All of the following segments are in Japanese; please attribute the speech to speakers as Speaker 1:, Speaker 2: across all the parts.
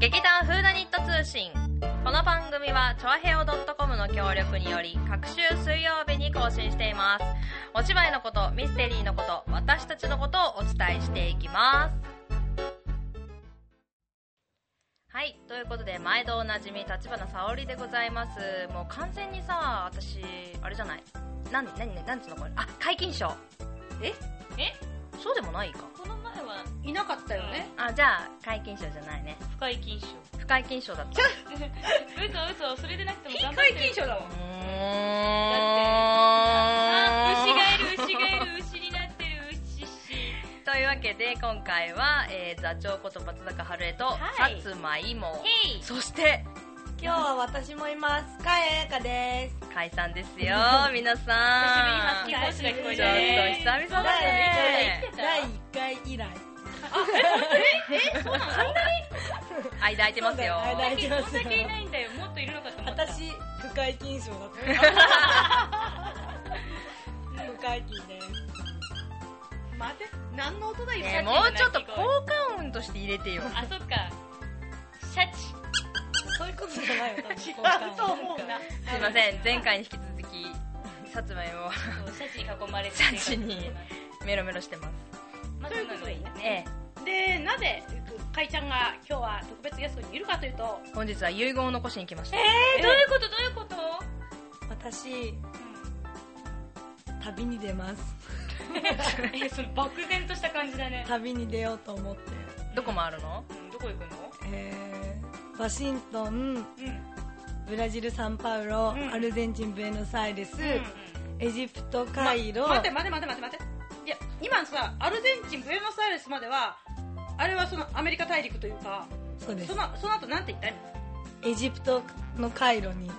Speaker 1: 劇団フーダニット通信この番組はチョアヘオ .com の協力により各週水曜日に更新していますお芝居のことミステリーのこと私たちのことをお伝えしていきますはいということで毎度おなじみ立花沙織でございますもう完全にさ私あれじゃない何何何つうのこれあ皆勤賞
Speaker 2: ええ
Speaker 1: そうでもないか
Speaker 2: この前はい
Speaker 3: なかったよね。
Speaker 1: あじゃあ皆勤賞じゃないね
Speaker 2: 不快禁止
Speaker 1: 不快勤賞だった
Speaker 2: 嘘嘘それでなくても頑張っ
Speaker 3: 解
Speaker 2: て
Speaker 3: 禁
Speaker 2: る
Speaker 3: 賞だもん。
Speaker 1: うーん
Speaker 2: あ牛がいる牛がいる牛になってる牛し
Speaker 1: というわけで今回は、えー、座長こと松坂春江と、
Speaker 2: はい
Speaker 1: さつまいも
Speaker 2: ヘイ
Speaker 1: そして
Speaker 3: 今日は私もいます。かえやかです。
Speaker 1: 解散ですよ皆さん
Speaker 2: 久しぶりにハスキーボイス
Speaker 1: ちょ
Speaker 2: が
Speaker 1: っと
Speaker 2: 聞こえて
Speaker 1: 久々だね
Speaker 3: 第1回以来。
Speaker 2: そうなの
Speaker 1: 間空いてますよ
Speaker 3: そうだよ間空いて
Speaker 2: そんだけいないんだよもっといるのかと思った
Speaker 3: 私、不解禁賞だった。不解禁です。待て、何の音だ
Speaker 1: ねえもうちょっと効果音として入れてよ
Speaker 2: あそっかシャチ
Speaker 3: そういうことじゃないよ、
Speaker 2: 違うと思うな
Speaker 1: すいません前回に引き続きさつまいもは
Speaker 2: そうシャチに囲まれて
Speaker 1: シャチに メロメロしてます
Speaker 2: まあ
Speaker 4: ということで
Speaker 2: そんなのいいね
Speaker 1: ええ
Speaker 4: でなぜえっとかいちゃんが今日は特別ゲストにいるかというと
Speaker 1: 本日は遺言を残しに来ました
Speaker 2: えどういうことどういうこと
Speaker 3: 私、旅に出ます。
Speaker 2: えその漠然とした感じだね
Speaker 3: 旅に出ようと思って。
Speaker 1: どこもあるの
Speaker 2: うんどこ行くの
Speaker 3: えー、ワシントン、
Speaker 2: うんうん
Speaker 3: ブラジル、サンパウロ、
Speaker 4: うん
Speaker 3: アルゼンチン、ブエノスアイレス、エジプト、カイロ、
Speaker 4: 待って待って待って待って待っていや今さアルゼンチンブエノスアイレスまではあれはそのアメリカ大陸というか
Speaker 3: そうです
Speaker 4: そ。のその後なんて言ったの
Speaker 3: エジプトのカイロに。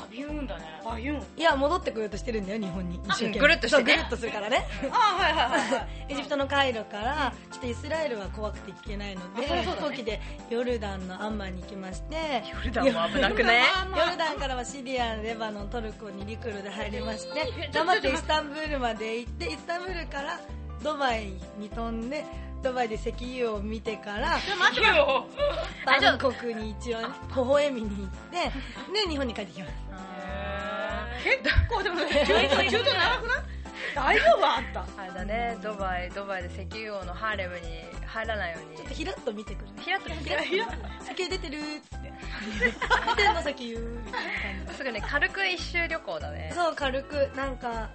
Speaker 2: バビューンだね
Speaker 4: あユン
Speaker 3: いや、戻ってこようとしてるんだよ、日本に。一生懸命。
Speaker 1: ぐるっとしてね
Speaker 3: そうぐるっとするからね。
Speaker 4: あはいはいはいはい
Speaker 3: エジプトのカイロから、ちょっとイスラエルは怖くて行けないので、
Speaker 4: あそりゃそうだね
Speaker 3: 飛行機でヨルダンのアンマンに行きまして、
Speaker 1: ヨルダンも危なくね
Speaker 3: ヨルダンからはシリア、レバノン、トルコに陸路で入りまして、頑張ってイスタンブールまで行って、イスタンブールからドバイに飛んで、ドバイで石油を見てから、
Speaker 2: 待ってよ
Speaker 3: バンコクに一応ね、微笑みに行って、で、日本に帰ってきます。
Speaker 4: 結構で もね中東中東長くない大丈夫あんた
Speaker 1: あれだねドバイドバイで石油王のハーレムに入らないように
Speaker 3: ちょっとひらっと見てくるね。
Speaker 1: ひらっとひらっと
Speaker 3: 石油出てるーっつって。 出てんの石油みたいな感じ
Speaker 1: すぐね軽く一周旅行だね
Speaker 3: そう軽くなんか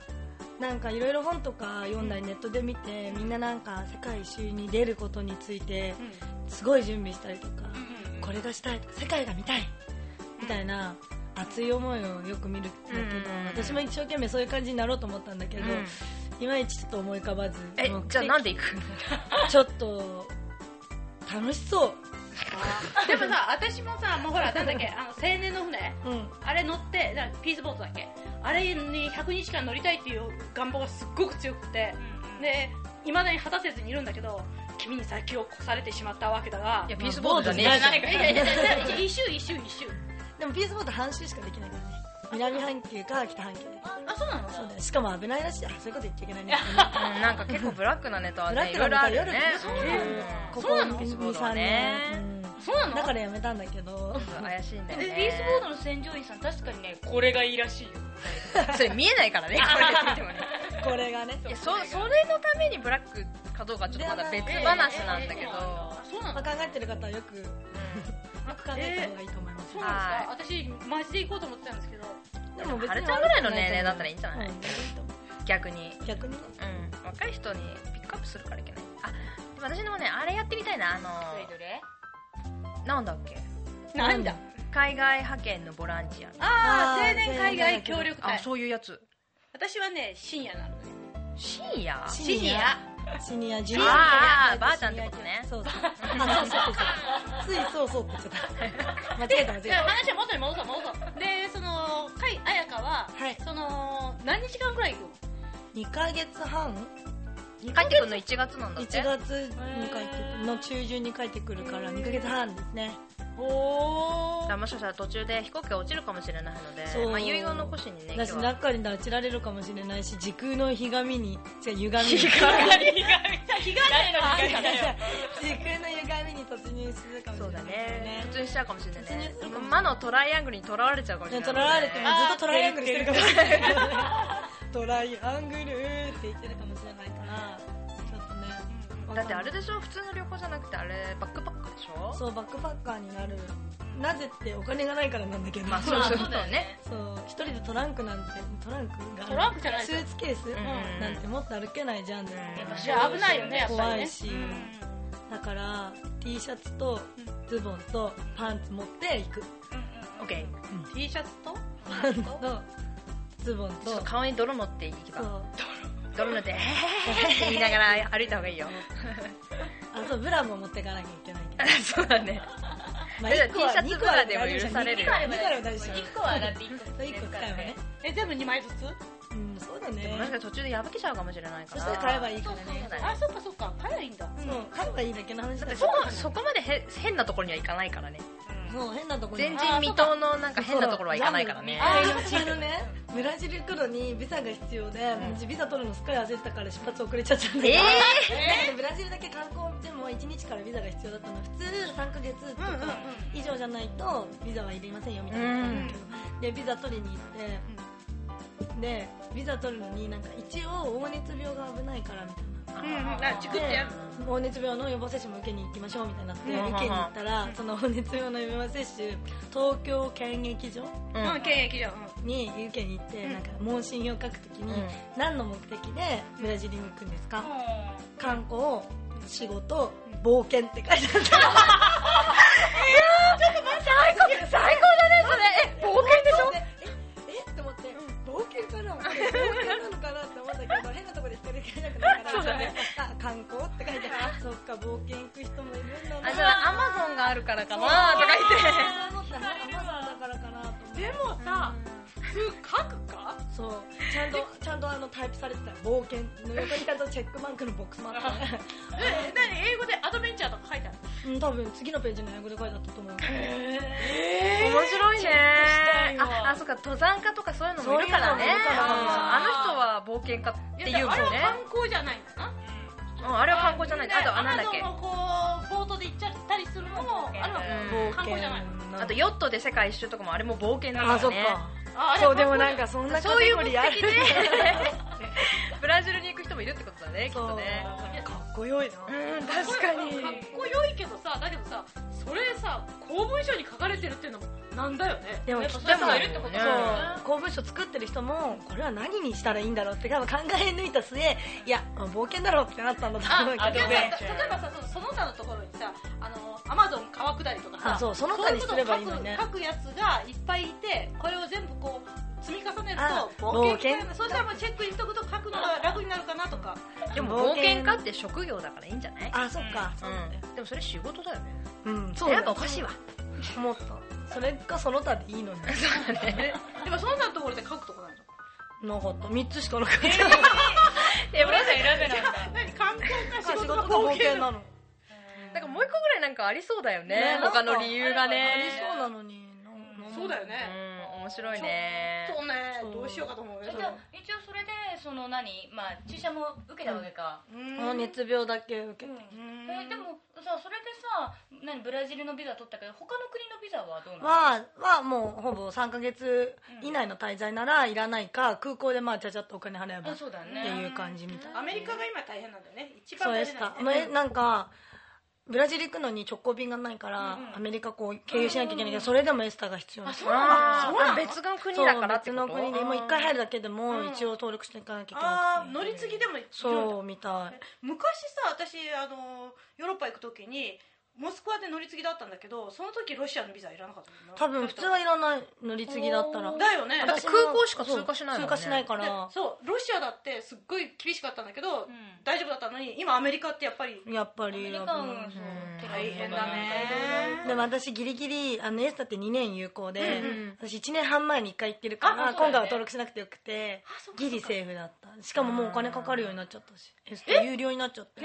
Speaker 3: なんかいろいろ本とか読んだりネットで見て、みんななんか世界一周に出ることについてすごい準備したりとか、これがしたいとか世界が見たいみたいな熱い思いをよく見るんだけど、
Speaker 1: うん
Speaker 3: 私も一生懸命そういう感じになろうと思ったんだけど、いまいちちょっと思い浮かばず
Speaker 1: え
Speaker 3: 目的
Speaker 1: じゃあなんで行くの
Speaker 3: ちょっと楽しそう、
Speaker 4: でもさ私もさもうほらなんだっけあの青年の船
Speaker 3: うん、
Speaker 4: あれ乗ってだからピースボートだっけあれに100日間乗りたいっていう願望がすっごく強くて、でいまだに果たせずにいるんだけど君に先を越されてしまったわけだが
Speaker 1: いやピースボートじゃねえ
Speaker 3: まあ
Speaker 1: じ
Speaker 4: いやいやいやいや一周一周一周
Speaker 3: でもピースボート半周しかできないからね南半球か北半球で
Speaker 4: あそうなの
Speaker 3: そうだよしかも危ないらしいあそういうこと言っちゃいけないね
Speaker 1: ゃん、うん、なんか結構ブラックなネタは
Speaker 3: ブラッ
Speaker 1: ねい
Speaker 3: ク
Speaker 1: ろ
Speaker 3: ないネ
Speaker 1: ろあ
Speaker 3: タ
Speaker 1: るよ
Speaker 3: 夜
Speaker 1: ね
Speaker 3: こ
Speaker 1: そう
Speaker 3: こ
Speaker 1: なのピースボー
Speaker 3: 2、
Speaker 1: トは
Speaker 3: 3
Speaker 1: ね
Speaker 3: 年
Speaker 4: そうな
Speaker 3: うん
Speaker 4: の
Speaker 3: だからやめたんだ けど
Speaker 1: ちょっと怪しいんだ
Speaker 2: で
Speaker 1: よ
Speaker 2: ピ
Speaker 1: ね
Speaker 2: ースボードの船上員さん確かにねこれがいいらしいよ
Speaker 1: それ見えないからねこれで見てもね
Speaker 3: これがね
Speaker 1: いやそそれのためにブラックかどうかちょっとまだ別話なんだけど、
Speaker 2: あそうな
Speaker 3: ま
Speaker 2: の
Speaker 3: あ考えてる方はよくよく考えた方がいいと思います
Speaker 4: そうなんですか私マジで行こうと思ってたんですけど
Speaker 3: でも別
Speaker 1: は
Speaker 3: に
Speaker 1: るちゃんぐらいの年齢だったらいいんじゃない
Speaker 3: うん
Speaker 1: 逆に
Speaker 3: 逆にね
Speaker 1: うん若い人にピックアップするからいけないあでも私でもねあれやってみたいなあ
Speaker 2: どれど
Speaker 1: の
Speaker 2: れ
Speaker 1: なんだっけ
Speaker 4: なんだ
Speaker 1: 海外派遣のボランティア
Speaker 4: ああ
Speaker 3: あー
Speaker 4: 青年海外協力
Speaker 1: あ
Speaker 4: 隊
Speaker 1: そういうやつ
Speaker 4: 私はね深夜なのね
Speaker 1: 深夜あ
Speaker 3: シ
Speaker 4: シニア
Speaker 3: シニアジュ
Speaker 1: ー
Speaker 3: ニ
Speaker 1: あー
Speaker 3: ア
Speaker 1: ばあちゃんってことね
Speaker 3: そうそう あそうそうそうついそうそうって言っちゃった間違えた間違
Speaker 4: で
Speaker 3: えた
Speaker 4: 話は元に戻そう戻そうでその甲斐彩香は、
Speaker 3: はい
Speaker 4: その何日間ぐらい行くの
Speaker 3: 2ヶ月半
Speaker 1: 帰ってくるの1月なんだっ
Speaker 3: 1
Speaker 1: て
Speaker 3: 月に帰ってくるの中旬に帰ってくるから2ヶ月半ですね
Speaker 4: ほ
Speaker 1: だから
Speaker 4: ー
Speaker 1: もしかしたら途中で飛行機が落ちるかもしれないので
Speaker 3: そう
Speaker 1: まあ、遺言残しにね今
Speaker 3: だ
Speaker 1: 日
Speaker 3: し
Speaker 1: は
Speaker 3: 中に拉致られるかもしれないし時空のひがみに違う歪み に時
Speaker 4: 日がり日がりさ日がりの日が り
Speaker 3: 空の歪みに突入するかもし
Speaker 1: そう
Speaker 3: れな
Speaker 1: だ
Speaker 3: い
Speaker 1: ね
Speaker 3: ね
Speaker 1: 普通にしちゃうかもしれない
Speaker 3: 普通に
Speaker 1: ね
Speaker 3: するかもしれない
Speaker 1: 魔のトライアングルにとらわれちゃうかもしれない
Speaker 3: とらわれてもずっとトライアングルしてるかもしれないトライアングルって言ってるかもしれないからちょっとね
Speaker 1: だってあれでしょ普通の旅行じゃなくてあれバックパックでしょ
Speaker 3: そうバックパッカーになるなぜってお金がないからなんだけど、
Speaker 1: まあそうそうそう
Speaker 4: まあそうだよ
Speaker 1: ね
Speaker 3: そう一人でトランクなんてトランクが
Speaker 4: トランクじゃない
Speaker 3: ス
Speaker 4: じゃん
Speaker 3: ーツケース、
Speaker 1: ん
Speaker 3: なんて持って歩けないじゃん、
Speaker 1: やっぱ
Speaker 4: いや危ないよねやっぱりね
Speaker 3: 怖いし、だから T シャツとズボンとパンツ持って行く
Speaker 1: OK
Speaker 4: T シャツと
Speaker 3: パンツとズボン
Speaker 1: ちょっ
Speaker 3: と
Speaker 1: と顔に泥持っていけ
Speaker 3: そう
Speaker 1: ば泥塗って「えー」って言いながら歩いた方がいいよ
Speaker 3: あそうブラも持っていかなきゃいけない け
Speaker 1: そ
Speaker 3: ど、
Speaker 1: うだね
Speaker 3: ま
Speaker 1: え
Speaker 3: 一個は
Speaker 1: T シャツ
Speaker 3: 二個は
Speaker 1: ブラでも許される
Speaker 3: 二
Speaker 1: よ
Speaker 3: 個は大丈夫
Speaker 2: 一個はだって一個
Speaker 3: 一個使えばね、
Speaker 4: え全部2枚ずつ
Speaker 3: うん、そうだ
Speaker 1: でもなん
Speaker 3: ね
Speaker 1: か途中で破けちゃうかもしれないか
Speaker 3: そ
Speaker 1: ら
Speaker 3: したら買えばいいから
Speaker 1: そう
Speaker 3: ね
Speaker 1: だね
Speaker 4: あそっかそっか買えばいいんだ
Speaker 3: そう買えばいいだけの話だ
Speaker 1: だって
Speaker 3: から
Speaker 1: そこそこまでへ変なところには行かないからね
Speaker 3: そう変なとこに
Speaker 1: 前人未到のなんか変なところは行かないからね
Speaker 3: あーそうあのねブラジル来るのにビザが必要で、うちビザ取るのすっかり焦ったから出発遅れちゃったんだけど、
Speaker 1: え
Speaker 3: なんかブラジルだけ観光でも1日からビザが必要だったの普通3ヶ月とか以上じゃないとビザはいりませんよみたいなのがあるんだけど、でビザ取りに行ってでビザ取るのになんか一応黄熱病が危ないからみたいな
Speaker 1: あ
Speaker 4: うんうん
Speaker 1: ー
Speaker 4: あチクってやる
Speaker 3: 黄熱病の予防接種も受けに行きましょうみたいになって、
Speaker 1: うん
Speaker 3: 受けに行ったら、その黄熱病の予防接種東京検疫所
Speaker 1: う
Speaker 4: うんん検疫じゃんうん
Speaker 3: に受けに行って、なんか問診票を書くときに、
Speaker 1: うん
Speaker 3: 何の目的でブラジルに行くんですか、
Speaker 4: あ
Speaker 3: 観光仕事冒険って書いてあっ
Speaker 1: 最高最高だねそれえ冒険でしょ
Speaker 3: たでええって思って、冒険かな冒険なのかなって思ったけど変なとこで一人で書けなくなるから
Speaker 1: そうだね
Speaker 3: あ観光って書いてあるそっか冒険行く人もいるんだな
Speaker 1: あじゃあアマゾンがあるからかなとか言って
Speaker 3: そう思ったねアマゾンだからかなと思って
Speaker 4: でもさ普通書くか
Speaker 3: そうちゃんとちゃんとあのタイプされてたよ冒険の横にちゃんとチェックマークのボックスもあった
Speaker 4: え
Speaker 3: ね
Speaker 4: 何英語でアドベンチャーとか書いてある
Speaker 3: うん、多分次のページに英語で書いてあったと思う。
Speaker 4: え
Speaker 1: 面白いね
Speaker 4: チェックしたいわ
Speaker 1: ああそっか登山家とかそういうのもいるからね
Speaker 3: そういうのもいるから
Speaker 1: ああの人は冒険家って
Speaker 4: い
Speaker 1: 言う
Speaker 4: や
Speaker 1: もんね
Speaker 4: あれは観光じゃないんだな
Speaker 1: うんあれは観光じゃないあとあなんだっけ
Speaker 4: アマゾンのこうボートで行っちゃったりするのもあれは
Speaker 1: うん
Speaker 4: 観光じゃない
Speaker 1: あとヨットで世界一周とかもあれも冒険だからね
Speaker 3: あ、そっか。
Speaker 4: ああれ
Speaker 3: そう、でもなんかそんな
Speaker 1: そういう目的
Speaker 3: あ
Speaker 1: で ブラジルに行く人もいるってことだねきっとね
Speaker 4: いや
Speaker 3: かっこよいな。
Speaker 1: うん確かに
Speaker 4: かっこよいけどさだけどさそれさ公文書に書かれてるっていうのもなんだよね
Speaker 3: でも
Speaker 4: やっ
Speaker 3: き
Speaker 4: ぱそういう
Speaker 3: っと
Speaker 4: 人
Speaker 3: も
Speaker 4: が
Speaker 1: う
Speaker 4: いるってことだ
Speaker 1: ね
Speaker 4: よ
Speaker 3: そう公文書作ってる人もこれは何にしたらいいんだろうって多分考え抜いた末いや冒険だろうってなったんだと
Speaker 4: あ
Speaker 3: 思う
Speaker 4: あ
Speaker 3: け
Speaker 4: 例
Speaker 3: ど
Speaker 4: えばさ例えばさそその他のところにさあのアマゾン川下りとかさ
Speaker 3: あそうその他にすればいいのね
Speaker 4: そういうことを書く書くやつがいっぱいいてこれを全部こう積み重ねる
Speaker 3: あ
Speaker 4: と冒険
Speaker 3: 冒険
Speaker 4: そうしたらもうチェックにしとくと書くのが楽になるかなとか
Speaker 1: でも冒険家って職業だからいいんじゃない
Speaker 3: あそっか
Speaker 1: うんでもそれ仕事だよね
Speaker 3: うんそう
Speaker 1: なんかおかしいわ
Speaker 3: もっとそれかその他でいいのに
Speaker 1: そうだね
Speaker 4: でもその他のところで書くとこないの
Speaker 3: なかった3つしかなかった
Speaker 1: えブラジル
Speaker 2: 選べないんだ
Speaker 4: 何観光か仕
Speaker 3: 仕事
Speaker 4: 事
Speaker 3: が
Speaker 4: か
Speaker 3: 冒
Speaker 4: 冒険
Speaker 3: 険なの
Speaker 1: なんかもう一個ぐらいなんかありそうだよね
Speaker 3: ね
Speaker 1: 他の理由が
Speaker 3: あ
Speaker 1: ね
Speaker 3: りそうなのに
Speaker 4: そうだよね
Speaker 1: うん面白いね
Speaker 4: そうね
Speaker 3: そう
Speaker 4: どうしようかと思うよ
Speaker 2: じゃあ一応それでその何まあ注射も受けたわけか、
Speaker 4: うん
Speaker 3: あの熱病だけ受けて
Speaker 2: えでもさそれでさ何ブラジルのビザ取ったけど他の国のビザはどうなの
Speaker 3: ははもうほぼ3ヶ月以内の滞在ならいらないか空港でまあちゃちゃっとお金払えば
Speaker 2: あ
Speaker 3: っ
Speaker 2: そうだね
Speaker 3: ていう感じみたいな
Speaker 4: アメリカが今大変なんだよね一番
Speaker 3: そう
Speaker 4: 大
Speaker 3: でし
Speaker 4: 変な
Speaker 3: た
Speaker 4: んだよね
Speaker 3: 前なんかブラジル行くのに直行便がないからアメリカこう経由しなきゃいけないけどそれでもエスタが必要なのそう
Speaker 1: あ
Speaker 4: そうなの
Speaker 1: ーあ別の国だからって
Speaker 3: 別
Speaker 1: こと
Speaker 3: の国でもう1回入るだけでも一応登録していかなきゃいけな
Speaker 4: ああ乗り継ぎでもいけるん
Speaker 3: い
Speaker 4: だ
Speaker 3: そうみたい
Speaker 4: 昔さ私あのヨーロッパ行く時にモスクワで乗り継ぎだったんだけどその時ロシアのビザいらなかったもんな
Speaker 3: 多分普通はいらない乗り継ぎだったら
Speaker 4: だよね
Speaker 1: だって
Speaker 3: 私も
Speaker 1: 空港しか通過しないもんね
Speaker 3: そう通過しないか
Speaker 4: で
Speaker 3: ら
Speaker 4: そうロシアだってすっごい厳しかったんだけど、
Speaker 2: ん
Speaker 4: 大丈夫だったのに今アメリカってやっぱり
Speaker 3: やっぱ
Speaker 2: アメ
Speaker 3: り
Speaker 2: リカ
Speaker 3: 危
Speaker 2: は
Speaker 3: ない
Speaker 2: そう
Speaker 4: 大変だ
Speaker 3: で
Speaker 4: ね
Speaker 3: も私ギリギリあのエスタって2年有効で、私1年半前に1回行ってるか
Speaker 4: あ
Speaker 3: ら、
Speaker 4: そうだよね
Speaker 3: 今回は登録しなくてよくてギリセーフだったしかももうお金かかるようになっちゃったしエスタ有料になっちゃって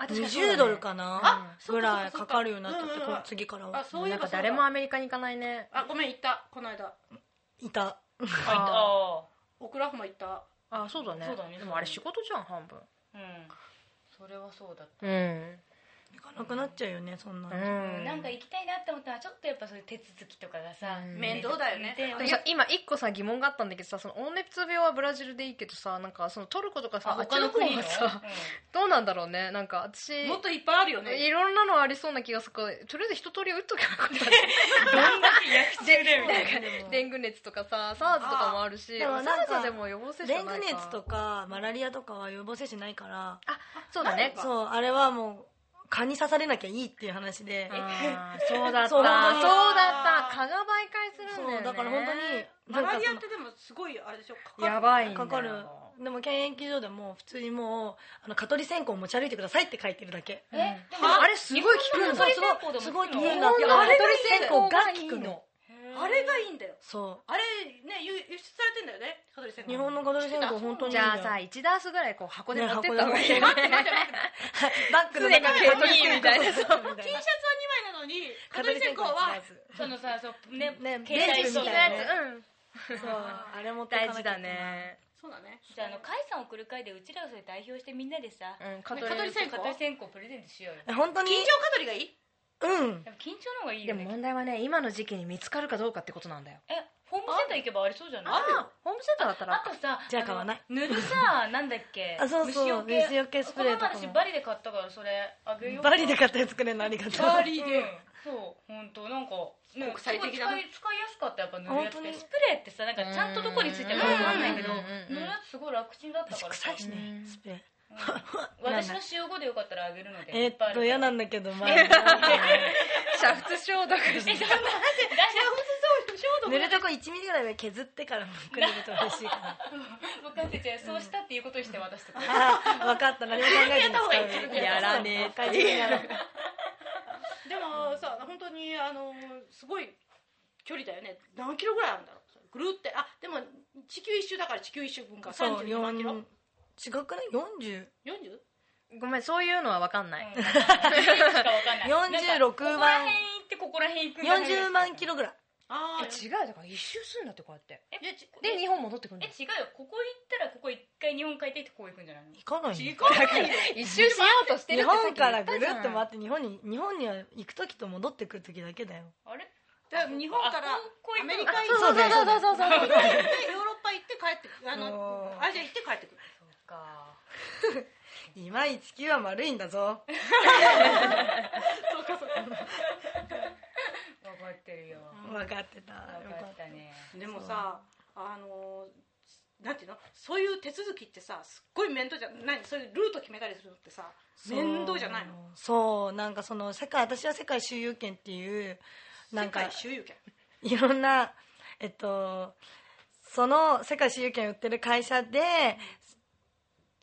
Speaker 2: あ確かにそうだね
Speaker 3: 20ドルかな
Speaker 4: あそっ
Speaker 3: ぐ
Speaker 4: かそっから
Speaker 3: いかかるようになってて、
Speaker 4: うんうんうん
Speaker 3: こ次から
Speaker 4: あ
Speaker 3: は
Speaker 4: そういえ
Speaker 1: なん
Speaker 4: ば
Speaker 1: か
Speaker 4: そうだ
Speaker 1: 誰もアメリカに行かないね
Speaker 4: あごめん行ったこの間
Speaker 3: いた
Speaker 2: あ
Speaker 4: オクラホマ行った
Speaker 1: あそうだね
Speaker 2: そうだね
Speaker 1: でもあれ仕事じゃん半分
Speaker 2: いたうんそれはそうだっ
Speaker 1: うん
Speaker 3: 行かなくなっちゃうよねそんなの、
Speaker 2: たなんか行きたいなって思ったのはちょっとやっぱそういう手続きとかがさ
Speaker 1: うん
Speaker 4: 面倒だよね
Speaker 2: で
Speaker 1: でもさ今一個さ疑問があったんだけどさその温熱病はブラジルでいいけどさなんかそのトルコとかさ
Speaker 2: あ
Speaker 1: 他の国はさ
Speaker 2: うん
Speaker 1: どうなんだろうねなんか私
Speaker 4: もっといっぱいあるよね
Speaker 1: いろんなのありそうな気がするからとりあえず一通り打っとけばよかったね
Speaker 2: どんだけ役中だよ みたいな
Speaker 1: デング熱とかさ SARS とかもあるし
Speaker 3: でもなんか
Speaker 1: SARS でも予防接種
Speaker 3: デ
Speaker 1: は
Speaker 3: ン
Speaker 1: な
Speaker 3: グ
Speaker 1: いか
Speaker 3: 熱とかマラリアとかは予防接種ないから
Speaker 1: そうだね
Speaker 4: ないか
Speaker 3: そうあれはもう蚊に刺されなきゃいいっていう話で、
Speaker 1: あーそうだったそ
Speaker 3: そうう
Speaker 1: だ
Speaker 3: だ
Speaker 1: っ
Speaker 3: ね
Speaker 1: た蚊が媒介するんだよ、
Speaker 3: そう
Speaker 1: ね、
Speaker 3: だから本当に
Speaker 4: マラ
Speaker 3: なんか
Speaker 4: リア
Speaker 3: そ
Speaker 4: っ
Speaker 3: の
Speaker 4: てでもすごいあれでしょかかる
Speaker 1: やばいんだよ
Speaker 3: かかるでも検疫所でも普通にもうあの蚊取り線香を持ち歩いてくださいって書いてるだけ
Speaker 2: えでも
Speaker 1: ああれすごい効くんだ
Speaker 2: 蚊取り
Speaker 3: そう
Speaker 2: 線香でも
Speaker 3: すごい
Speaker 2: 効く
Speaker 3: 効
Speaker 2: の
Speaker 3: くんだって
Speaker 1: いやあれがいいんだよ
Speaker 3: 蚊取り線香が効くの
Speaker 4: あれがいいんだよ
Speaker 3: そ
Speaker 4: あれね輸輸出されてんだよね香取先
Speaker 3: う日本の蚊取り線香本当にいい
Speaker 1: じ
Speaker 3: んだよ
Speaker 1: ゃあさ1ダースぐらいこう箱で持ってった方がいい
Speaker 3: ね
Speaker 1: よ
Speaker 3: 箱
Speaker 1: ね
Speaker 3: バッグの中に蚊取り線香
Speaker 1: 常に毛にみた
Speaker 4: T シャ
Speaker 3: みたいな
Speaker 4: ツは2枚なのに香取線香は
Speaker 2: そのさそうね
Speaker 3: ね
Speaker 2: 携帯
Speaker 3: 電池
Speaker 2: と
Speaker 3: み
Speaker 2: か
Speaker 3: たいな
Speaker 2: ね
Speaker 3: ね
Speaker 1: うん
Speaker 3: そうあれ持ってか
Speaker 1: 大
Speaker 3: なきゃ
Speaker 1: 事
Speaker 3: いけな
Speaker 1: だ
Speaker 3: い
Speaker 1: ね
Speaker 4: そうだね
Speaker 2: じゃああの甲斐さん送る会でうちらをそれ代表してみんなでさ
Speaker 1: うん
Speaker 2: 蚊
Speaker 1: 蚊
Speaker 2: 取
Speaker 1: 取り
Speaker 2: り線
Speaker 4: 線
Speaker 2: 香
Speaker 4: 香
Speaker 2: プレゼントしようよ
Speaker 3: え本当に
Speaker 4: 緊張香取がいい
Speaker 3: うん
Speaker 2: やっぱ緊張の方がいい
Speaker 1: で
Speaker 2: よ
Speaker 1: も
Speaker 2: ね
Speaker 1: 問題はね今の時期に見つかるかどうかってことなんだよ
Speaker 2: えホームセンター行けばありそうじゃない
Speaker 4: あるよ
Speaker 1: あホームセンターだったら
Speaker 2: あとさ
Speaker 3: じゃあ買わない
Speaker 2: あの塗るさなんだっけ
Speaker 3: あそうそう虫除けスプレーとかも
Speaker 2: この前私バリで買ったからそれあげようか
Speaker 3: バリで買ったやつくれるのありがとう
Speaker 4: バリ
Speaker 2: うん
Speaker 4: で
Speaker 2: そう本当なんかね
Speaker 4: 国際的だ
Speaker 2: すご
Speaker 4: ない
Speaker 2: 使い使いやすかったやっぱ塗るや
Speaker 3: あ
Speaker 2: つ
Speaker 3: 本
Speaker 2: っ
Speaker 3: 当
Speaker 2: て
Speaker 3: に
Speaker 2: スプレーってさなんかちゃんとどこについてるかわかんないけど
Speaker 1: うんうんうんうん
Speaker 2: 塗るやつすごい楽ちんだった
Speaker 3: 私
Speaker 2: から
Speaker 3: 臭いし
Speaker 1: う
Speaker 3: ね
Speaker 1: ん
Speaker 3: スプレー
Speaker 2: 私の集合でよかったらあげるので
Speaker 3: え
Speaker 2: い
Speaker 3: っ
Speaker 2: ぱいあるか
Speaker 3: と
Speaker 2: ら
Speaker 3: 嫌なんだけどまあ
Speaker 1: 煮沸消毒して
Speaker 2: えそんななんで消毒
Speaker 3: 塗るとこ1ミリぐらいは削ってからくれると嬉しいかな
Speaker 2: 分かってちゃんそうしたっていうことにして私と か
Speaker 3: あ分かった何も考えずに使う
Speaker 2: やった方がいい
Speaker 3: ねえ感じやろ
Speaker 4: でもさ本当にあのすごい距離だよね何キロぐらいあるんだろうぐるってあでも地球一周だから地球一周分か
Speaker 3: そう
Speaker 4: 32万キロ
Speaker 3: 4違くない 40?46
Speaker 4: 40?
Speaker 1: ごめんそういうのは分かんない、
Speaker 2: うんしかわかんないなんかここ
Speaker 3: 万
Speaker 2: ら辺行ってここら辺行くんだね
Speaker 3: 40万キロぐらい
Speaker 4: あ
Speaker 1: え
Speaker 4: あ
Speaker 1: 違うだから一周するんだってこうやって
Speaker 4: いやち
Speaker 1: で日本戻ってくるん
Speaker 2: え
Speaker 1: だ
Speaker 2: 違うよここ行ったらここ一回日本帰ってきてこう行くんじゃないの
Speaker 3: 行かない
Speaker 4: 違う
Speaker 3: よ
Speaker 1: 一周しようとしてる
Speaker 3: 日
Speaker 1: ってさっき言
Speaker 3: 本か
Speaker 1: っ
Speaker 3: ら
Speaker 1: たじゃ
Speaker 3: ぐ
Speaker 1: ん
Speaker 3: るっと回って日本に日本には行く時と戻ってくる時だけだよ
Speaker 2: あれ
Speaker 4: だから日本から
Speaker 2: あこう行く
Speaker 4: アメリ
Speaker 1: あ
Speaker 4: カ行って
Speaker 1: そうそうそうそうそうそう
Speaker 4: ヨーロッパ行って帰ってくるあ
Speaker 3: お
Speaker 4: の
Speaker 3: ー
Speaker 4: アジア行って帰ってくる
Speaker 2: そうか
Speaker 3: 今い地球は丸いんだぞ
Speaker 4: そうかそうか
Speaker 2: 分かってるよ
Speaker 3: 分かってた
Speaker 2: 分
Speaker 3: よ
Speaker 2: か
Speaker 3: かっ
Speaker 2: ったね
Speaker 4: でもさあのなんていうのそういう手続きってさすっごい面倒じゃ何そういうルート決めたりするのってさ
Speaker 3: た
Speaker 4: 面倒じゃないの
Speaker 3: そうなんかその世界私は世界周遊券っていうなん
Speaker 4: 世
Speaker 3: か
Speaker 4: 界周遊券
Speaker 3: いろんな、えっと、その世界周遊券売ってる会社で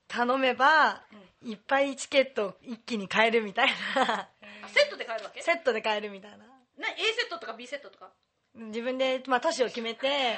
Speaker 3: 頼めば、いっぱいチケットを一気に買えるみたいな、
Speaker 4: あセットで買えるわけ
Speaker 3: セットで買えるみたいな。
Speaker 4: な A セットとか B セットとか
Speaker 3: 自分で、まあ、都市を決めて、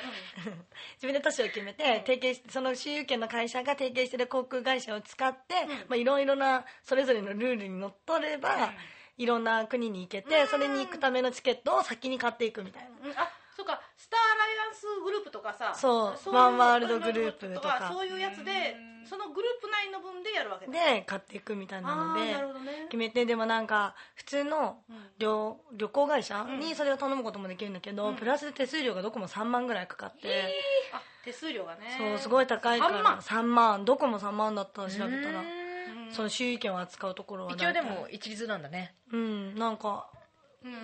Speaker 3: 自分で都市を決めて、提携しその周遊券の会社が提携してる航空会社を使って、まあ、いろいろな、それぞれのルールにのっとれば、いろんな国に行けて、それに行くためのチケットを先に買っていくみたいな。
Speaker 4: うんあそうかスターアライアンスグループとかさ
Speaker 3: そう
Speaker 4: い
Speaker 3: ワンワールドグループとか
Speaker 4: そういうやつでそのグループ内の分でやるわけね
Speaker 3: で買っていくみたいな
Speaker 4: あ
Speaker 3: の
Speaker 4: あ
Speaker 3: で
Speaker 4: なるほどね
Speaker 3: 決めてでもなんか普通の旅,、旅行会社にそれを頼むこともできるんだけど、プラスで手数料がどこも3万ぐらいかかって、
Speaker 4: あ手数料がね
Speaker 3: そうすごい高いから
Speaker 4: 3万
Speaker 3: 3万どこも3万だったら調べたら
Speaker 1: うん
Speaker 3: その周囲権を扱うところは
Speaker 1: 一応
Speaker 3: 大
Speaker 1: で
Speaker 3: 体
Speaker 1: も一律なんだね
Speaker 3: うんなんか、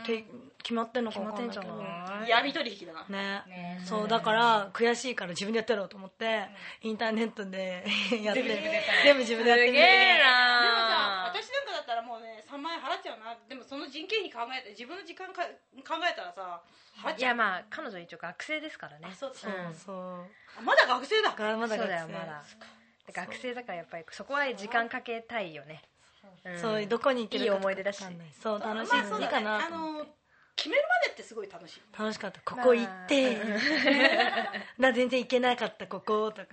Speaker 3: て決まってんのか分かんないけど
Speaker 1: 決まってんじゃない
Speaker 4: 闇取引だな
Speaker 3: ね
Speaker 2: ね
Speaker 3: そうだから悔しいから自分でやってやろうと思って、インターネットで やって
Speaker 2: 全部自分でやった
Speaker 3: 全部自分でやってみて
Speaker 4: でも
Speaker 1: な
Speaker 4: さ私なんかだったらもうね3万円払っちゃうなでもその人件費考えて自分の時間か考えたらさ払っ
Speaker 1: い
Speaker 4: ちゃう
Speaker 1: やまあ彼女一応学生ですからね
Speaker 4: あそう
Speaker 1: そ
Speaker 4: そうう
Speaker 3: そう
Speaker 4: あまだ学生だ
Speaker 3: がまだ
Speaker 1: そう
Speaker 3: 学
Speaker 1: だよ
Speaker 3: 生
Speaker 1: まだ学生だからやっぱりそこは時間かけたいよねん
Speaker 3: そうどこに行けるか
Speaker 1: いい思い出だし
Speaker 3: わかんないそう楽しい
Speaker 4: まあそう
Speaker 3: いい
Speaker 4: だ
Speaker 3: か
Speaker 4: ね
Speaker 3: な
Speaker 4: あ
Speaker 3: と思
Speaker 4: の
Speaker 3: って
Speaker 4: 決めるまでってすごい楽しい
Speaker 3: 楽しかったここ行 ってな全然行けなかったこことか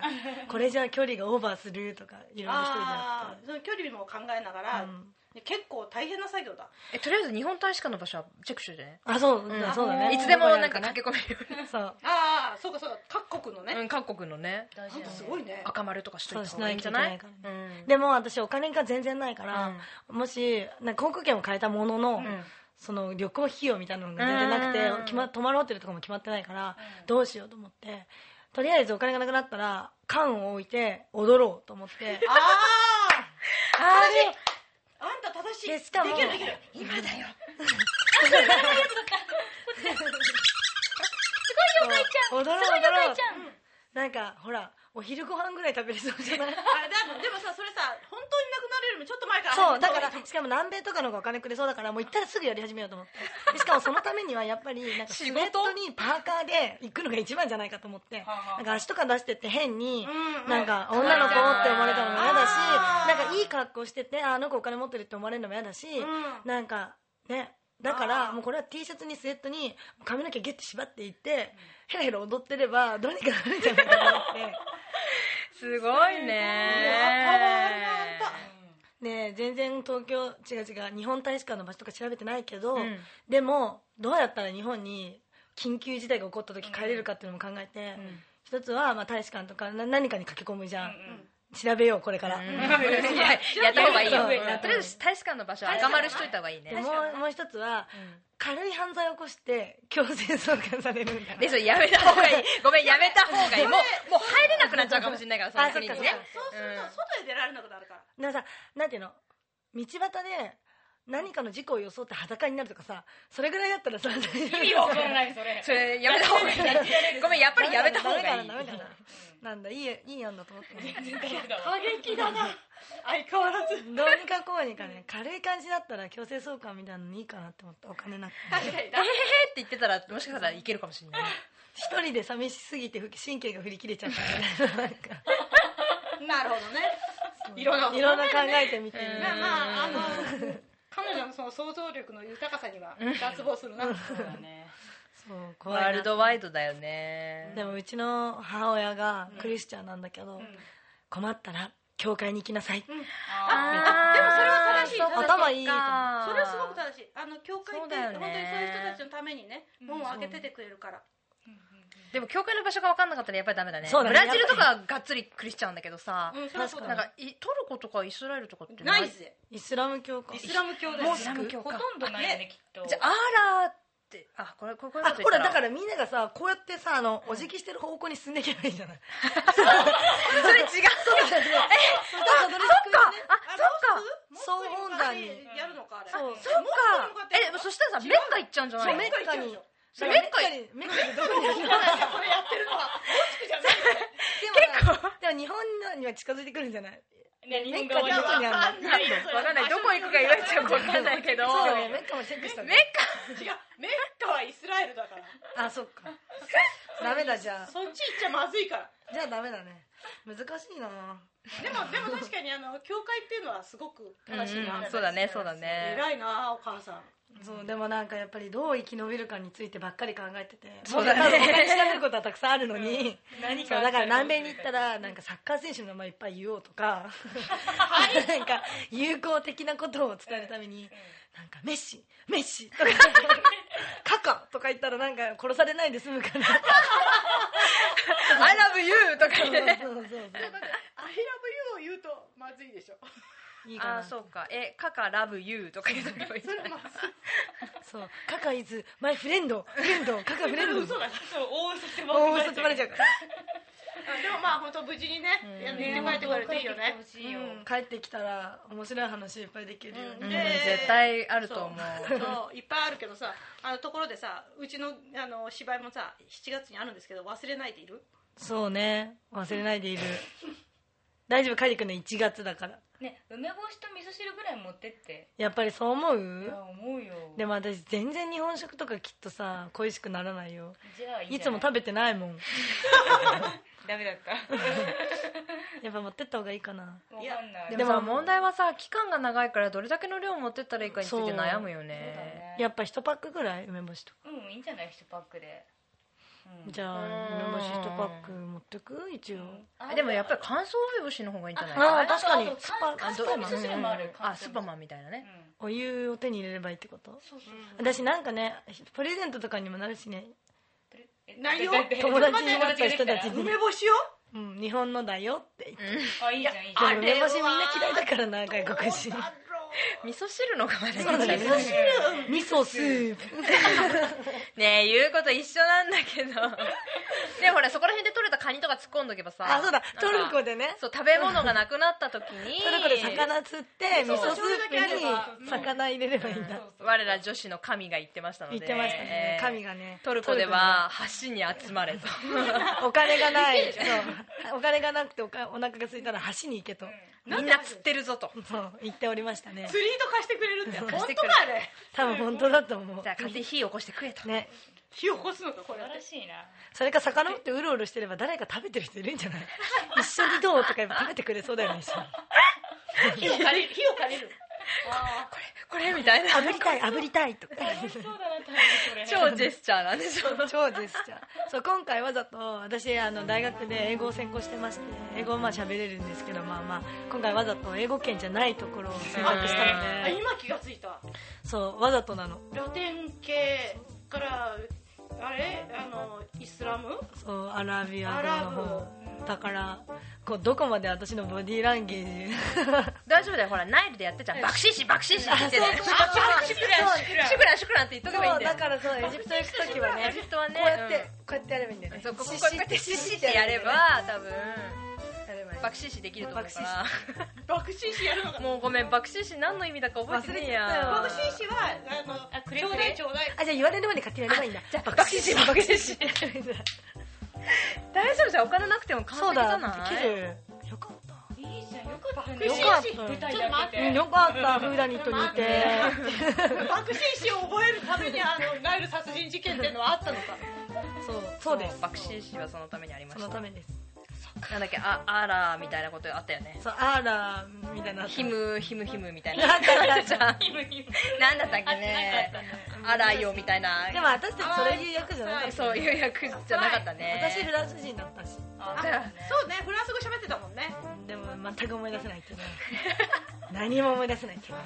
Speaker 3: これじゃ距離がオーバーするとかいろいろ一人でや
Speaker 4: ああーその距離も考えながら、
Speaker 3: うん
Speaker 4: で結構大変な作業だ
Speaker 1: えとりあえず日本大使館の場所はチェックしといてね
Speaker 3: ったあそう,、
Speaker 1: うん
Speaker 3: そうだね
Speaker 1: いつでもなんか駆け込めるよ
Speaker 3: そう
Speaker 4: ああそうかそうか各国の
Speaker 1: う
Speaker 4: ね、
Speaker 1: に、うん、各国のね
Speaker 2: 大
Speaker 4: あ
Speaker 2: 事
Speaker 4: ん
Speaker 2: だ
Speaker 4: た
Speaker 2: ね
Speaker 4: すごいね
Speaker 1: 赤丸とかしといた方がいいんじゃ
Speaker 3: そ
Speaker 1: な
Speaker 3: う
Speaker 1: い
Speaker 3: しないといけ
Speaker 1: うん
Speaker 3: でも私お金が全然ないから、もしなんか航空券を変えたものの、
Speaker 1: うんうん
Speaker 3: その旅行費用みたいなのが全然なくて、
Speaker 1: うん
Speaker 3: 決ま、泊まるホテルとかも決まってないから、
Speaker 2: うん
Speaker 3: どうしようと思ってとりあえずお金がなくなったら缶を置いて踊ろうと思って
Speaker 4: ああ
Speaker 3: あ
Speaker 4: あんた正しい
Speaker 3: でしかも
Speaker 4: できるできる
Speaker 1: 今だよ
Speaker 3: 踊ろう踊
Speaker 2: すごいよ
Speaker 3: ろ
Speaker 2: か
Speaker 3: う
Speaker 2: いちゃん
Speaker 3: なんかほらお昼ご飯ぐらい食べれそうじゃない
Speaker 4: あれだでもさそれさ本当になくなるよりもちょっと前から
Speaker 3: そうだか
Speaker 4: あ
Speaker 3: らしかも南米とかの方がお金くれそうだからもう行ったらすぐやり始めようと思ってでしかもそのためにはやっぱりなんかスウェ
Speaker 1: 仕
Speaker 3: ッ
Speaker 1: 事
Speaker 3: トにパーカーで行くのが一番じゃないかと思って
Speaker 2: はあはあ
Speaker 3: なんか足とか出してって変に
Speaker 4: うんうん
Speaker 3: なんか女の子って思われたのも嫌だし
Speaker 4: あー
Speaker 3: なんかいい格好しててああの子お金持ってるって思われるのも嫌だし
Speaker 4: うん
Speaker 3: なんかねだからもうこれは T シャツにスウェットに髪の毛ギュッて縛っていってヘラヘラ踊ってればどうにかなるんじゃないかと思って。
Speaker 1: すごいね
Speaker 4: パワーあるなあんた
Speaker 3: ねえ全然東京違う違う日本大使館の場所とか調べてないけど、
Speaker 1: うん
Speaker 3: でもどうやったら日本に緊急事態が起こった時帰れるかっていうのも考えて、
Speaker 1: ん
Speaker 3: 一つはまあ大使館とかな何かに駆け込むじゃん、
Speaker 2: うん
Speaker 3: 調べようこれから、
Speaker 1: うん
Speaker 3: で
Speaker 1: いややった方がいいよ
Speaker 3: うん
Speaker 1: うんとりあえず大使館の場所は赤丸しといた方がいいね
Speaker 3: もうもう一つは軽い犯罪を起こして強制送還されるみたいな
Speaker 1: でそれやめた方がいいごめんやめた方がいいもうもう入れなくなっちゃうかもしれないからその国に
Speaker 3: あそっ
Speaker 1: ね
Speaker 3: か
Speaker 4: そうする
Speaker 1: うん
Speaker 4: と外へ出られなくなるから
Speaker 3: なんかさなんていうの道端で何かの事故を装って裸になるとかさそれぐらいだったらさ
Speaker 2: 意味わからないそれ
Speaker 1: それやめた方がいいごめんやっぱりやめた方がいい
Speaker 3: ダメだなダメだななんだいいいい案だと思ってね
Speaker 4: 過激だ な相変わらず
Speaker 3: どうにかこうにかね軽い感じだったら強制送還みたいなのいいかなって思ったお金なくて
Speaker 4: 確かにだ
Speaker 1: って言ってたらもしかしたらいけるかもしれない
Speaker 3: 一人で寂しすぎて神経が振り切れちゃったみたいななんか
Speaker 4: なるほどね
Speaker 3: そう
Speaker 4: いろんなこと
Speaker 3: いろんな考えてみてる
Speaker 1: うん
Speaker 4: まあまああの彼女のその想像力の豊かさには脱帽するな
Speaker 3: そう怖いな
Speaker 1: ワールドワイドだよね
Speaker 3: でもうちの母親がクリスチャンなんだけど、困ったら教会に行きなさい、
Speaker 1: あー
Speaker 4: でもそれは正しい
Speaker 1: そっか
Speaker 3: 頭いいと思う
Speaker 1: そっか
Speaker 4: それはすごく正しいあの教会
Speaker 1: そ
Speaker 4: っ
Speaker 1: う
Speaker 4: て
Speaker 1: だよね
Speaker 4: 本当にそういう人たちのためにね門を開けててくれるから
Speaker 1: でも教会の場所が分かんなかったらやっぱりダメだね
Speaker 3: そうだね
Speaker 1: ブラジルとかはがっつりクリスチャンだけどさ、
Speaker 4: うんそれはそうだ
Speaker 1: なんかいトルコとかイスラエルとかって
Speaker 4: ないぜ
Speaker 3: イスラム教か
Speaker 4: イスラム教だ
Speaker 1: モ
Speaker 4: よ
Speaker 1: スク教
Speaker 2: ほ
Speaker 1: か
Speaker 2: とんどないよねきっと
Speaker 1: じゃあアーラーってあこれこれこういう
Speaker 3: あ
Speaker 1: こと言
Speaker 3: ほ
Speaker 1: った
Speaker 3: らだからみんながさこうやってさあのお辞儀してる方向に進んでいけばいいじゃない
Speaker 1: それ違う
Speaker 3: そうだね
Speaker 4: あそ
Speaker 3: そ
Speaker 4: っ
Speaker 3: っか
Speaker 1: あ
Speaker 4: か
Speaker 3: そっか
Speaker 4: 総本
Speaker 3: 総本
Speaker 4: 願
Speaker 3: 願に
Speaker 4: にやるのかあれ
Speaker 3: そう
Speaker 1: そっかえそしたらさメッカ行っちゃうんじゃない
Speaker 3: そう
Speaker 1: の
Speaker 3: メッカに
Speaker 1: そうメッカに
Speaker 3: にメッカにどこに行くの
Speaker 4: これやってるのはモスクじゃない
Speaker 3: でもさでも日本のには近づいてくるんじゃない
Speaker 2: ね日
Speaker 3: メ
Speaker 2: 本
Speaker 3: ッカにど
Speaker 2: 側に
Speaker 3: こに
Speaker 2: は
Speaker 3: あるの
Speaker 2: ないよそれ
Speaker 1: わかんないどこ行くか言われちゃうかわかんないけど
Speaker 3: そうだねメッカもチェックした
Speaker 1: メッカ
Speaker 4: 違うメッカはイスラエルだから
Speaker 3: あそっかダメだじゃあ
Speaker 4: そっち行っちゃまずいから
Speaker 3: じゃあダメだね難しいな
Speaker 4: で もでも確かにあの教会っていうのはすごく正しいな、
Speaker 1: うんうんそうだねそうだね
Speaker 4: 偉いなお母さん
Speaker 3: そうでもなんかやっぱりどう生き延びるかについてばっかり考えてて
Speaker 1: そうだね
Speaker 3: も多分他に調べることはたくさんあるのに、
Speaker 2: 何
Speaker 3: そ
Speaker 2: か
Speaker 3: うだから南米に行ったらなんかサッカー選手の名前いっぱい言おうとか なんか友好的なことを伝えるためになんかメッシメッシと かカカとか言ったらなんか殺されないで済む から
Speaker 1: 「I love you」とか言ってね
Speaker 3: そうそうそ
Speaker 4: 「ア
Speaker 3: う
Speaker 4: イラブユー」を言うとまずいでしょ
Speaker 3: いいか な
Speaker 1: あーそうかえカカラブユーとか言うとけばいいんじゃない
Speaker 3: そうカカイズマイフレンドフレンドカカフレンド
Speaker 2: 嘘だそう大嘘って
Speaker 3: 大
Speaker 2: ば
Speaker 3: 嘘ってバレちゃうから
Speaker 4: あでもまあ本当無事にね、
Speaker 1: ん
Speaker 4: やって帰ってくれていいよね
Speaker 2: 帰ってきてほしいよ
Speaker 4: うん
Speaker 3: 帰ってきたら面白い話いっぱいできるよ
Speaker 4: う
Speaker 1: うんん
Speaker 3: ね、
Speaker 1: 絶対あると思う
Speaker 4: そうそういっぱいあるけどさあのところでさうちのあの芝居もさ7月にあるんですけど忘れないでいる
Speaker 3: そうね忘れないでいる大丈夫帰ってくるの1月だから
Speaker 2: ね梅干しと味噌汁ぐらい持ってって
Speaker 3: やっぱりそう思う、
Speaker 2: いや思うよ
Speaker 3: でも私全然日本食とかきっとさ恋しくならないよ
Speaker 2: じゃあいい
Speaker 3: いつも食べてないもん
Speaker 2: べダメだった
Speaker 3: やっぱ持ってった方がいいかな
Speaker 2: わかんない
Speaker 1: で
Speaker 3: で
Speaker 1: もさ
Speaker 3: も
Speaker 1: 問題はさ期間が長いからどれだけの量を持ってったらいいかについて
Speaker 3: そう
Speaker 1: 悩むよ
Speaker 2: そうだ
Speaker 1: ね
Speaker 2: ね
Speaker 3: やっぱ1パックぐらい梅干しとか、
Speaker 2: うんいいんじゃない一パックで、うん、
Speaker 3: じゃあ
Speaker 1: うん
Speaker 3: 梅干し1パック持ってく一応
Speaker 2: あ
Speaker 1: でもやっぱり乾燥梅干しの方がいいんじゃない
Speaker 3: あ
Speaker 1: か
Speaker 3: ー確かに
Speaker 2: あと
Speaker 3: スパ
Speaker 2: 乾
Speaker 1: な
Speaker 2: 燥乾燥味噌汁もある、
Speaker 1: うん
Speaker 2: 乾燥
Speaker 1: あスーパーマンみたいな
Speaker 2: うん
Speaker 1: ね、
Speaker 3: お湯を手に入れればいいってこと
Speaker 2: そうそうそう
Speaker 3: 私なんかねプレゼントとかにもなるしね、
Speaker 2: プレえ
Speaker 4: 何を
Speaker 2: だいたい
Speaker 3: 友達になった
Speaker 2: 友達
Speaker 3: 人
Speaker 2: が
Speaker 3: たち
Speaker 2: でき
Speaker 3: に
Speaker 4: 梅干しよ
Speaker 3: うん、日本のだよって言って
Speaker 2: たらあいいじゃんいいじゃん
Speaker 4: あ
Speaker 3: でも梅干しみんな嫌いだからな外国人
Speaker 1: 味噌汁の方がいいんじ
Speaker 3: そ
Speaker 1: ゃ
Speaker 3: う
Speaker 1: な
Speaker 3: だ
Speaker 1: い
Speaker 3: ね味噌スープ
Speaker 1: ねえ言うこと一緒なんだけどでもほらそこら辺で取れたカニとか突っ込んどけばさ
Speaker 3: あそうだトルコ
Speaker 1: で
Speaker 3: でね
Speaker 1: そう食べ物がなくなった時に
Speaker 3: トルコで魚釣って味
Speaker 4: そう
Speaker 3: 噌スープ
Speaker 4: う
Speaker 3: に
Speaker 4: ん
Speaker 3: 魚入れればいいん
Speaker 1: う
Speaker 3: だ
Speaker 1: ん我ら女子の神が言ってましたので
Speaker 3: 言ってましたね
Speaker 1: えー
Speaker 3: 神がね
Speaker 1: トルコでは橋に集まれと
Speaker 3: お金がないそうお金がなくておかお腹が空いたら橋に行けと
Speaker 1: みんな釣ってるぞと
Speaker 3: そう言っておりましたね
Speaker 4: 釣り糸貸してくれるんだよ
Speaker 3: うん
Speaker 4: 本
Speaker 1: 貸
Speaker 4: 当
Speaker 1: して
Speaker 4: か
Speaker 1: くれ
Speaker 4: あれ
Speaker 3: 多分本当だと思
Speaker 1: じゃあ勝手に火起こしてくれと
Speaker 3: うね
Speaker 4: 火起こすのかこれ
Speaker 2: 素晴らしいな
Speaker 3: それか魚ってうろうろしてれば誰か食べてる人いるんじゃない 一緒にどうとか言えば食べてくれそうだよね一緒に
Speaker 4: 火を借りる火を借りる
Speaker 2: あ
Speaker 1: これみたいな
Speaker 3: 炙りたい炙りたい とか
Speaker 2: ー楽しそうだな多分それ
Speaker 1: 超ジェスチャーなんでしょ
Speaker 3: 超ジェスチャーそう今回わざと私あの大学で英語を専攻してまして英語をまあ喋れるんですけどまあまあ今回わざと英語圏じゃないところを選択したの
Speaker 4: あ
Speaker 3: で
Speaker 4: 今気がついた
Speaker 3: そうわざとなの
Speaker 4: ラテン系からあれあのイスラム
Speaker 3: そうアラビ
Speaker 4: ア
Speaker 3: ア
Speaker 4: ラ
Speaker 3: 語
Speaker 4: ブ
Speaker 3: の方だからこうどこまで私のボディーランゲージ
Speaker 1: 大丈夫だよほらナイルでやってじゃん爆心師爆心師って言ってね
Speaker 3: あそうそう
Speaker 1: あシュクラン
Speaker 2: シュクラン
Speaker 1: シュクランシュクランって言っとけばいい ん
Speaker 3: そう
Speaker 1: だよ
Speaker 3: だからそうエジプト行く時は
Speaker 1: エ
Speaker 3: ね
Speaker 1: ジプトはね
Speaker 3: こうやって、
Speaker 1: うん
Speaker 3: こうやってやればいいんだよね
Speaker 1: そうこここ
Speaker 3: シ
Speaker 1: う
Speaker 3: シ
Speaker 1: やってシシってやれば多分
Speaker 3: やればいい
Speaker 1: 爆心師できると思うか
Speaker 4: 爆心師やるのから
Speaker 1: もうごめん爆心師何の意味だか覚えてねえや
Speaker 4: 爆心師はあの
Speaker 2: あクレ
Speaker 4: ち
Speaker 2: ク
Speaker 4: ょうだい
Speaker 2: レ
Speaker 4: ちょうだい
Speaker 3: あじゃあ言われるまで買ってやればいいんだ
Speaker 1: じゃあ爆心師爆心師大丈夫じゃんお金なくても完
Speaker 3: そう
Speaker 1: 璧じゃ
Speaker 3: だ
Speaker 1: ない
Speaker 3: できるよかった
Speaker 2: いいじゃんよかったね
Speaker 4: 爆
Speaker 3: 心師
Speaker 2: 舞台
Speaker 4: ちょっと
Speaker 2: やっ
Speaker 4: 待
Speaker 2: て
Speaker 4: って
Speaker 3: うんよかったフーダニットにいて
Speaker 4: 爆心師を覚えるためにあのナイル殺人事件っていうのはあったのか
Speaker 3: そうそうです
Speaker 1: 爆心師はそのためにありま
Speaker 3: そ
Speaker 1: し
Speaker 3: の
Speaker 1: た
Speaker 3: ためです
Speaker 1: なんだっけああらみたいなことあったよね
Speaker 3: そうアーラーみたいな
Speaker 1: ひむひむひむみたいな
Speaker 3: なんかなん
Speaker 1: じ
Speaker 3: か
Speaker 1: ゃあ なんだったっけねあらよみたいな
Speaker 3: でも私たちそれいう役じゃなかった
Speaker 1: そういう役じゃなかったね
Speaker 3: 私フランス人だったし
Speaker 2: あ
Speaker 4: あそうねフランス語喋ってたもんね
Speaker 3: でも全く思い出せな いけど何も思い出せないけど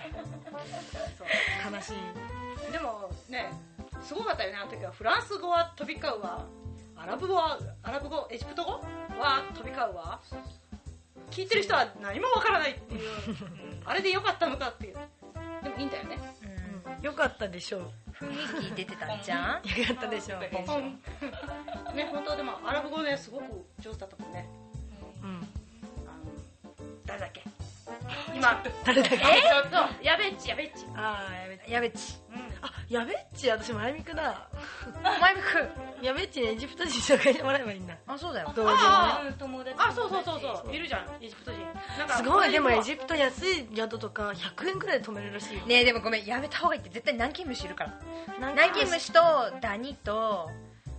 Speaker 3: 悲しい
Speaker 4: でもねすごかったよねあの時はフランス語は飛び交うわアラブ語はアラブ語エジプト語は飛び交うわ聞いてる人は何もわからない っていうあれでよかったのかっていうでもいいんだよね
Speaker 1: うん
Speaker 3: よかったでしょうよ
Speaker 1: 雰囲気出てたんじゃん
Speaker 3: かったでしょう
Speaker 2: うん
Speaker 4: うんね本当でもアラブ語ねすごく上手だったもんね
Speaker 3: うん
Speaker 4: あの誰だっけ今
Speaker 3: 誰だっけ
Speaker 4: えちょっとやべっちやべっち
Speaker 3: ああやべっち
Speaker 1: やべっち
Speaker 3: あやべっち私前ミクだ
Speaker 1: お前も食う
Speaker 3: やべっちにエジプト人紹介してもらえばいいんだ
Speaker 1: あそうだよ
Speaker 3: 同僚
Speaker 4: あ
Speaker 3: ね
Speaker 2: うん友達
Speaker 4: あそうそうそうそういるじゃんエジプト人なんか
Speaker 3: すごいでもエ
Speaker 4: プ
Speaker 3: ジプト安い宿とか100円くらいで泊めれるらしいよ
Speaker 1: ねえでもごめんやめた方がいいって絶対南京虫いるから
Speaker 3: なん
Speaker 1: 南京虫とダニと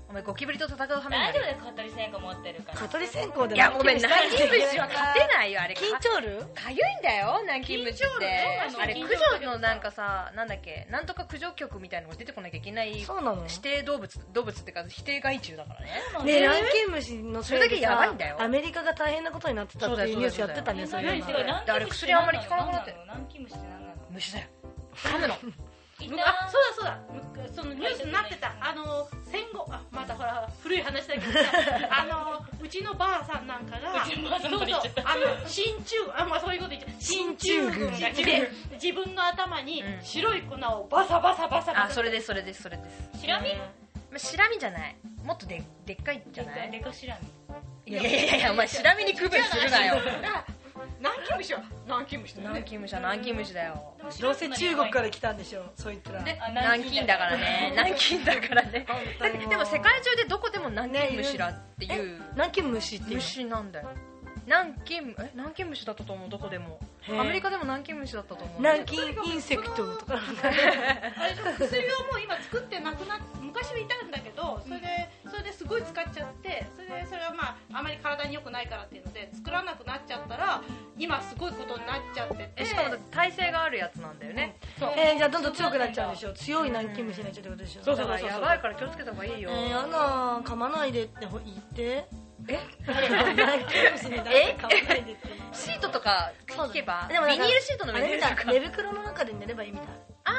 Speaker 1: お前ゴキブリと戦う羽目にな
Speaker 2: 大
Speaker 1: る
Speaker 2: 丈夫だよ語り線が持ってるから
Speaker 3: 蚊取り線香で
Speaker 1: いやごめん南京虫は勝て
Speaker 3: い
Speaker 1: ないよあれ
Speaker 3: 緊張る
Speaker 1: かゆいんだよ南京虫って
Speaker 2: 緊張
Speaker 1: あれ
Speaker 2: 緊張
Speaker 1: 駆除のなんかさなんだっけなんとか駆除局みたいなのが出てこなきゃいけない指
Speaker 3: そうなのね
Speaker 1: 定動物動物っていうか指定害虫だからね
Speaker 3: えランキンムシのせい
Speaker 1: それだ
Speaker 3: で
Speaker 1: けやばい
Speaker 3: さ
Speaker 1: んだよ
Speaker 3: アメリカが大変なことになってたっていうニュースやってたねそ
Speaker 1: そうう
Speaker 3: い
Speaker 1: だ
Speaker 3: う
Speaker 1: よ
Speaker 3: の
Speaker 1: そうだよ
Speaker 2: 何
Speaker 1: あれ薬あんまり効かなくなってる
Speaker 2: 何キムシって何なの
Speaker 1: 虫だよ噛むの
Speaker 2: いた
Speaker 4: あそうだそうだむそのニュースになってたあの戦後あまたほら古い話だけどさあのうちのばあさんなんかが
Speaker 2: うちのばあさんまで言っちゃった
Speaker 4: そうそうあの進駐あまあそういうこと言っちゃう進駐軍が来て自分の頭に
Speaker 1: うん
Speaker 4: 白い粉をバサバサバサバ
Speaker 1: あ
Speaker 4: サ
Speaker 1: それですそれですそれです
Speaker 2: シラミ
Speaker 1: まあシラミじゃないもっとででっかいんじゃない
Speaker 2: デカシラミ
Speaker 1: いやいやいやいやお前シラミに区別するなよ
Speaker 4: だから南京虫は南京虫だよ
Speaker 1: 南
Speaker 4: ね
Speaker 1: 京虫は南京虫だよ
Speaker 2: でもシ
Speaker 3: ど
Speaker 2: ラ
Speaker 3: う
Speaker 2: ミ
Speaker 3: せ中国から来たんでしょそういったら
Speaker 2: あ
Speaker 1: 南京だからね 南京だからね
Speaker 3: 当にもう
Speaker 1: でも世界中でどこでも南京虫らっていう
Speaker 3: 南京虫っていう
Speaker 1: 虫なんだよ南京え南京虫だったと思うどこでも
Speaker 3: へー
Speaker 1: アメリカでも南京虫だったと思う
Speaker 3: 南京インセクトとか
Speaker 4: あれでも薬をもう今作ってなくなっ昔はいたんだけどそれでそれですごい使っちゃってそれでそれはまああまり体に良くないからっていうので作らなくなっちゃったら今すごいことになっちゃってて
Speaker 1: えしかもだって耐性があるやつなんだよね、
Speaker 4: そう
Speaker 3: えー、じゃあどんどん強くなっちゃうでしょ強い軟禁虫になっちゃうってことでしょ
Speaker 4: そう
Speaker 1: だからやばいから気をつけた方がいい
Speaker 3: え
Speaker 1: よ、
Speaker 3: ー、やだ噛まないでって言って
Speaker 1: え
Speaker 3: 軟禁虫になって噛まないでって言って
Speaker 1: シートとか
Speaker 3: そう
Speaker 1: 聞
Speaker 3: だ
Speaker 1: けば
Speaker 3: でもな
Speaker 1: ビ
Speaker 3: ん
Speaker 1: ニ
Speaker 3: か
Speaker 1: ールシートの
Speaker 3: あ
Speaker 1: 上に
Speaker 3: れ
Speaker 1: 寝
Speaker 3: み
Speaker 1: る
Speaker 3: た
Speaker 1: と
Speaker 3: い
Speaker 1: か
Speaker 3: 寝袋の中で寝ればいいみたい
Speaker 1: あ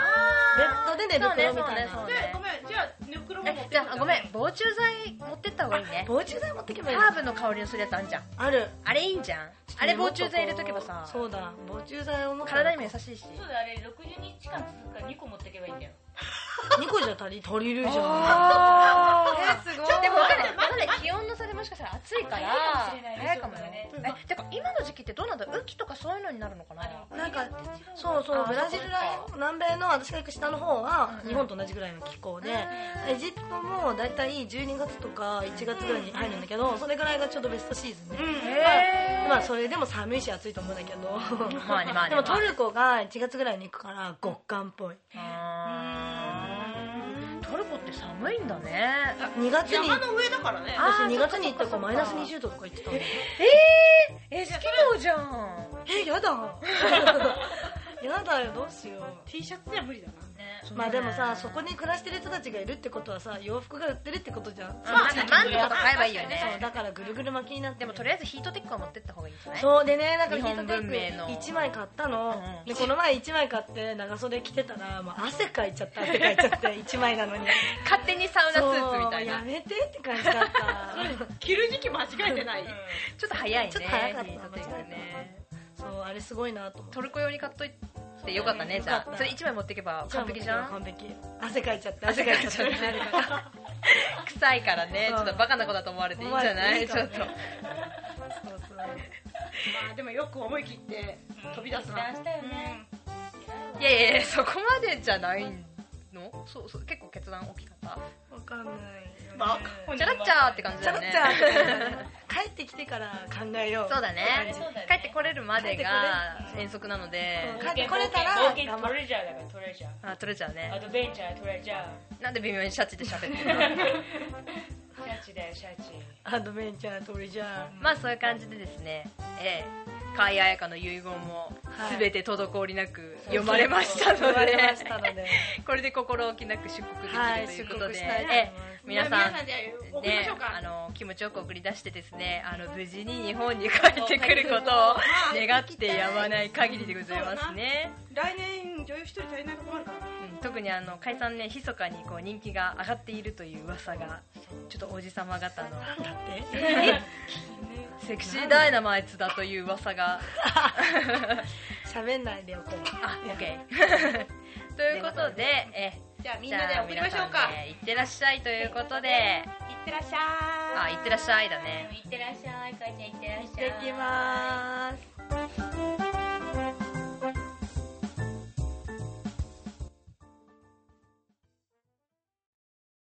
Speaker 3: ベッドで寝袋みたい
Speaker 1: そうねそうねそう
Speaker 3: な
Speaker 1: ね
Speaker 4: でごめんじゃあ寝袋も持っ
Speaker 1: え
Speaker 4: て
Speaker 1: じ
Speaker 4: く
Speaker 1: ゃ
Speaker 4: る
Speaker 1: あごめん防虫剤持ってった方がいいね
Speaker 3: 防虫剤持ってけばいいの
Speaker 1: ハーブの香りのするやつあんじゃん
Speaker 3: ある
Speaker 1: あれいいんじゃんあれ防虫剤入れとけばさ
Speaker 3: そうだ防虫剤を持って
Speaker 1: 体にも優しいし
Speaker 2: そうだあれ60日間続くから2個持ってけばいいんだよ
Speaker 3: 2個じゃ足り足りるじゃん
Speaker 1: あ
Speaker 4: えすごい
Speaker 1: でも分かんない
Speaker 4: ち
Speaker 1: 分
Speaker 4: ょっと待って
Speaker 1: かんない気温の差でもしかしたら暑いから
Speaker 2: 早
Speaker 1: 早
Speaker 2: い
Speaker 1: い
Speaker 2: か
Speaker 1: か
Speaker 2: も
Speaker 1: も
Speaker 2: しれないね
Speaker 1: ねえてか今の時期ってどうなんだ雨季とかそういうのになるのかな
Speaker 2: あでも
Speaker 3: なんか
Speaker 2: 国によって違う
Speaker 3: そうそ
Speaker 1: あ
Speaker 3: う
Speaker 1: ー
Speaker 3: ブラジルらへん南米の私が行く下の方は
Speaker 1: うん
Speaker 3: 日本と同じぐらいの気候で
Speaker 1: う
Speaker 3: エジプトも大体12月とか1月ぐらいに入るんだけどそれぐらいがちょうどベストシーズンで、
Speaker 4: うん
Speaker 1: へー
Speaker 3: まあそれでも寒いし暑いと思うんだけど
Speaker 1: まあねまあね
Speaker 3: でもトルコが1月ぐらいに行くから極寒っぽい
Speaker 1: あートルコって寒いんだね
Speaker 3: 2月に
Speaker 4: 山の上だからね
Speaker 1: あ
Speaker 3: 私
Speaker 1: ー
Speaker 3: 2月に行っ
Speaker 1: そ
Speaker 3: た
Speaker 1: っかそ
Speaker 3: 子
Speaker 1: っか
Speaker 3: マイナス20度とか言ってたの
Speaker 1: えエスキモーじゃん
Speaker 3: えやだ やだよどうしよう
Speaker 4: T シャツじゃ無理だな
Speaker 2: ね
Speaker 1: そうね
Speaker 3: まあでもさそこに暮らしてる人たちがいるってことはさ洋服が売ってるってことじゃん
Speaker 1: まあマントとか買えばいいよ
Speaker 3: そう
Speaker 1: ね
Speaker 3: だからぐるぐる巻きになって
Speaker 1: でもとりあえずヒートテックは持ってった方がいいんじゃない
Speaker 3: そうでねなんか
Speaker 1: 日
Speaker 3: ヒー
Speaker 1: 本
Speaker 3: トテ
Speaker 1: 文明
Speaker 3: ッ
Speaker 1: の
Speaker 3: ク1枚買ったの、
Speaker 1: うんうん
Speaker 3: でこの前1枚買って長袖着てた ら、まあ、汗かいちゃった汗かいちゃって1枚なのに
Speaker 1: 勝手にサウナスーツみたい
Speaker 3: そうや
Speaker 1: な
Speaker 3: めてって感じだった
Speaker 4: 着る時期間違えてない
Speaker 1: ちょっと早いね
Speaker 3: ちょっと早かった
Speaker 1: ヒートテックね
Speaker 3: そうあれすごいなと思って
Speaker 1: トルコ用に買っといてよかったねじゃ
Speaker 3: よかっ
Speaker 1: あ
Speaker 3: た
Speaker 1: それ1枚持ってけば完璧じゃん
Speaker 3: 完璧汗かいちゃって汗かいちゃっ て
Speaker 1: 汗かいちゃって臭いからね
Speaker 3: うん
Speaker 1: ちょっとバカな子だと思われていいんじゃない
Speaker 3: 思
Speaker 1: ち
Speaker 3: わ
Speaker 1: ょ
Speaker 3: れ
Speaker 1: ってと
Speaker 3: いいかもねそうそう
Speaker 4: まあでもよく思い切って飛び出す
Speaker 2: 決
Speaker 4: な
Speaker 2: 断したよね
Speaker 1: いやいやいやそこまでじゃないのそうそう結構決断大きかった
Speaker 3: わかんないよ
Speaker 4: バ
Speaker 1: チャラッチャーって感じ
Speaker 3: ちゃ
Speaker 1: だ
Speaker 3: ら
Speaker 1: よ
Speaker 3: っ
Speaker 1: ね
Speaker 3: ちゃー帰ってきてから考えよう
Speaker 1: そうだね
Speaker 2: そうだね
Speaker 1: 帰ってこれるまでが遠足なので
Speaker 3: 帰ってこれた
Speaker 2: 冒
Speaker 3: ら
Speaker 2: 険トレジャーだからトレジャー
Speaker 1: あ取れちゃう
Speaker 2: ア
Speaker 1: ね
Speaker 2: ドベンチャートレジャー
Speaker 1: なんで微妙にシャチで喋ってるの
Speaker 2: シャチだよシャチ
Speaker 3: アドベンチャートレジャー
Speaker 1: まあそういう感じでですねええ甲斐彩香の遺言も
Speaker 3: はい
Speaker 1: 全て滞りなく読まれましたので、
Speaker 3: 呼ばれましたので
Speaker 1: これで心置きなく出国でき
Speaker 3: はい
Speaker 1: るということで、
Speaker 3: 出国したいと思います
Speaker 1: ええ皆さん
Speaker 4: じゃあ皆さんで送りま
Speaker 1: ね
Speaker 4: しょうか、
Speaker 1: あの気持ちよく送り出してですねあの無事に日本に帰ってくることを 願ってやまない限りでございますね、
Speaker 4: 来年女優一人足りないと困るから
Speaker 1: うん、特にあの解散ね密かにこう人気が上がっているという噂がちょっとおじさま方の
Speaker 3: だって
Speaker 1: セクシーダイナマイツだという噂が
Speaker 3: 喋んないでよこう
Speaker 1: あオッケ ーということでえ
Speaker 4: じゃあみんなで送りましょう
Speaker 1: じゃあ皆
Speaker 4: か
Speaker 1: さんねいってらっしゃいということで
Speaker 4: いってらっしゃい
Speaker 1: あいってらっしゃいだね
Speaker 2: いってらっしゃいかいちゃんいってらっしゃい
Speaker 3: 行ってきまーす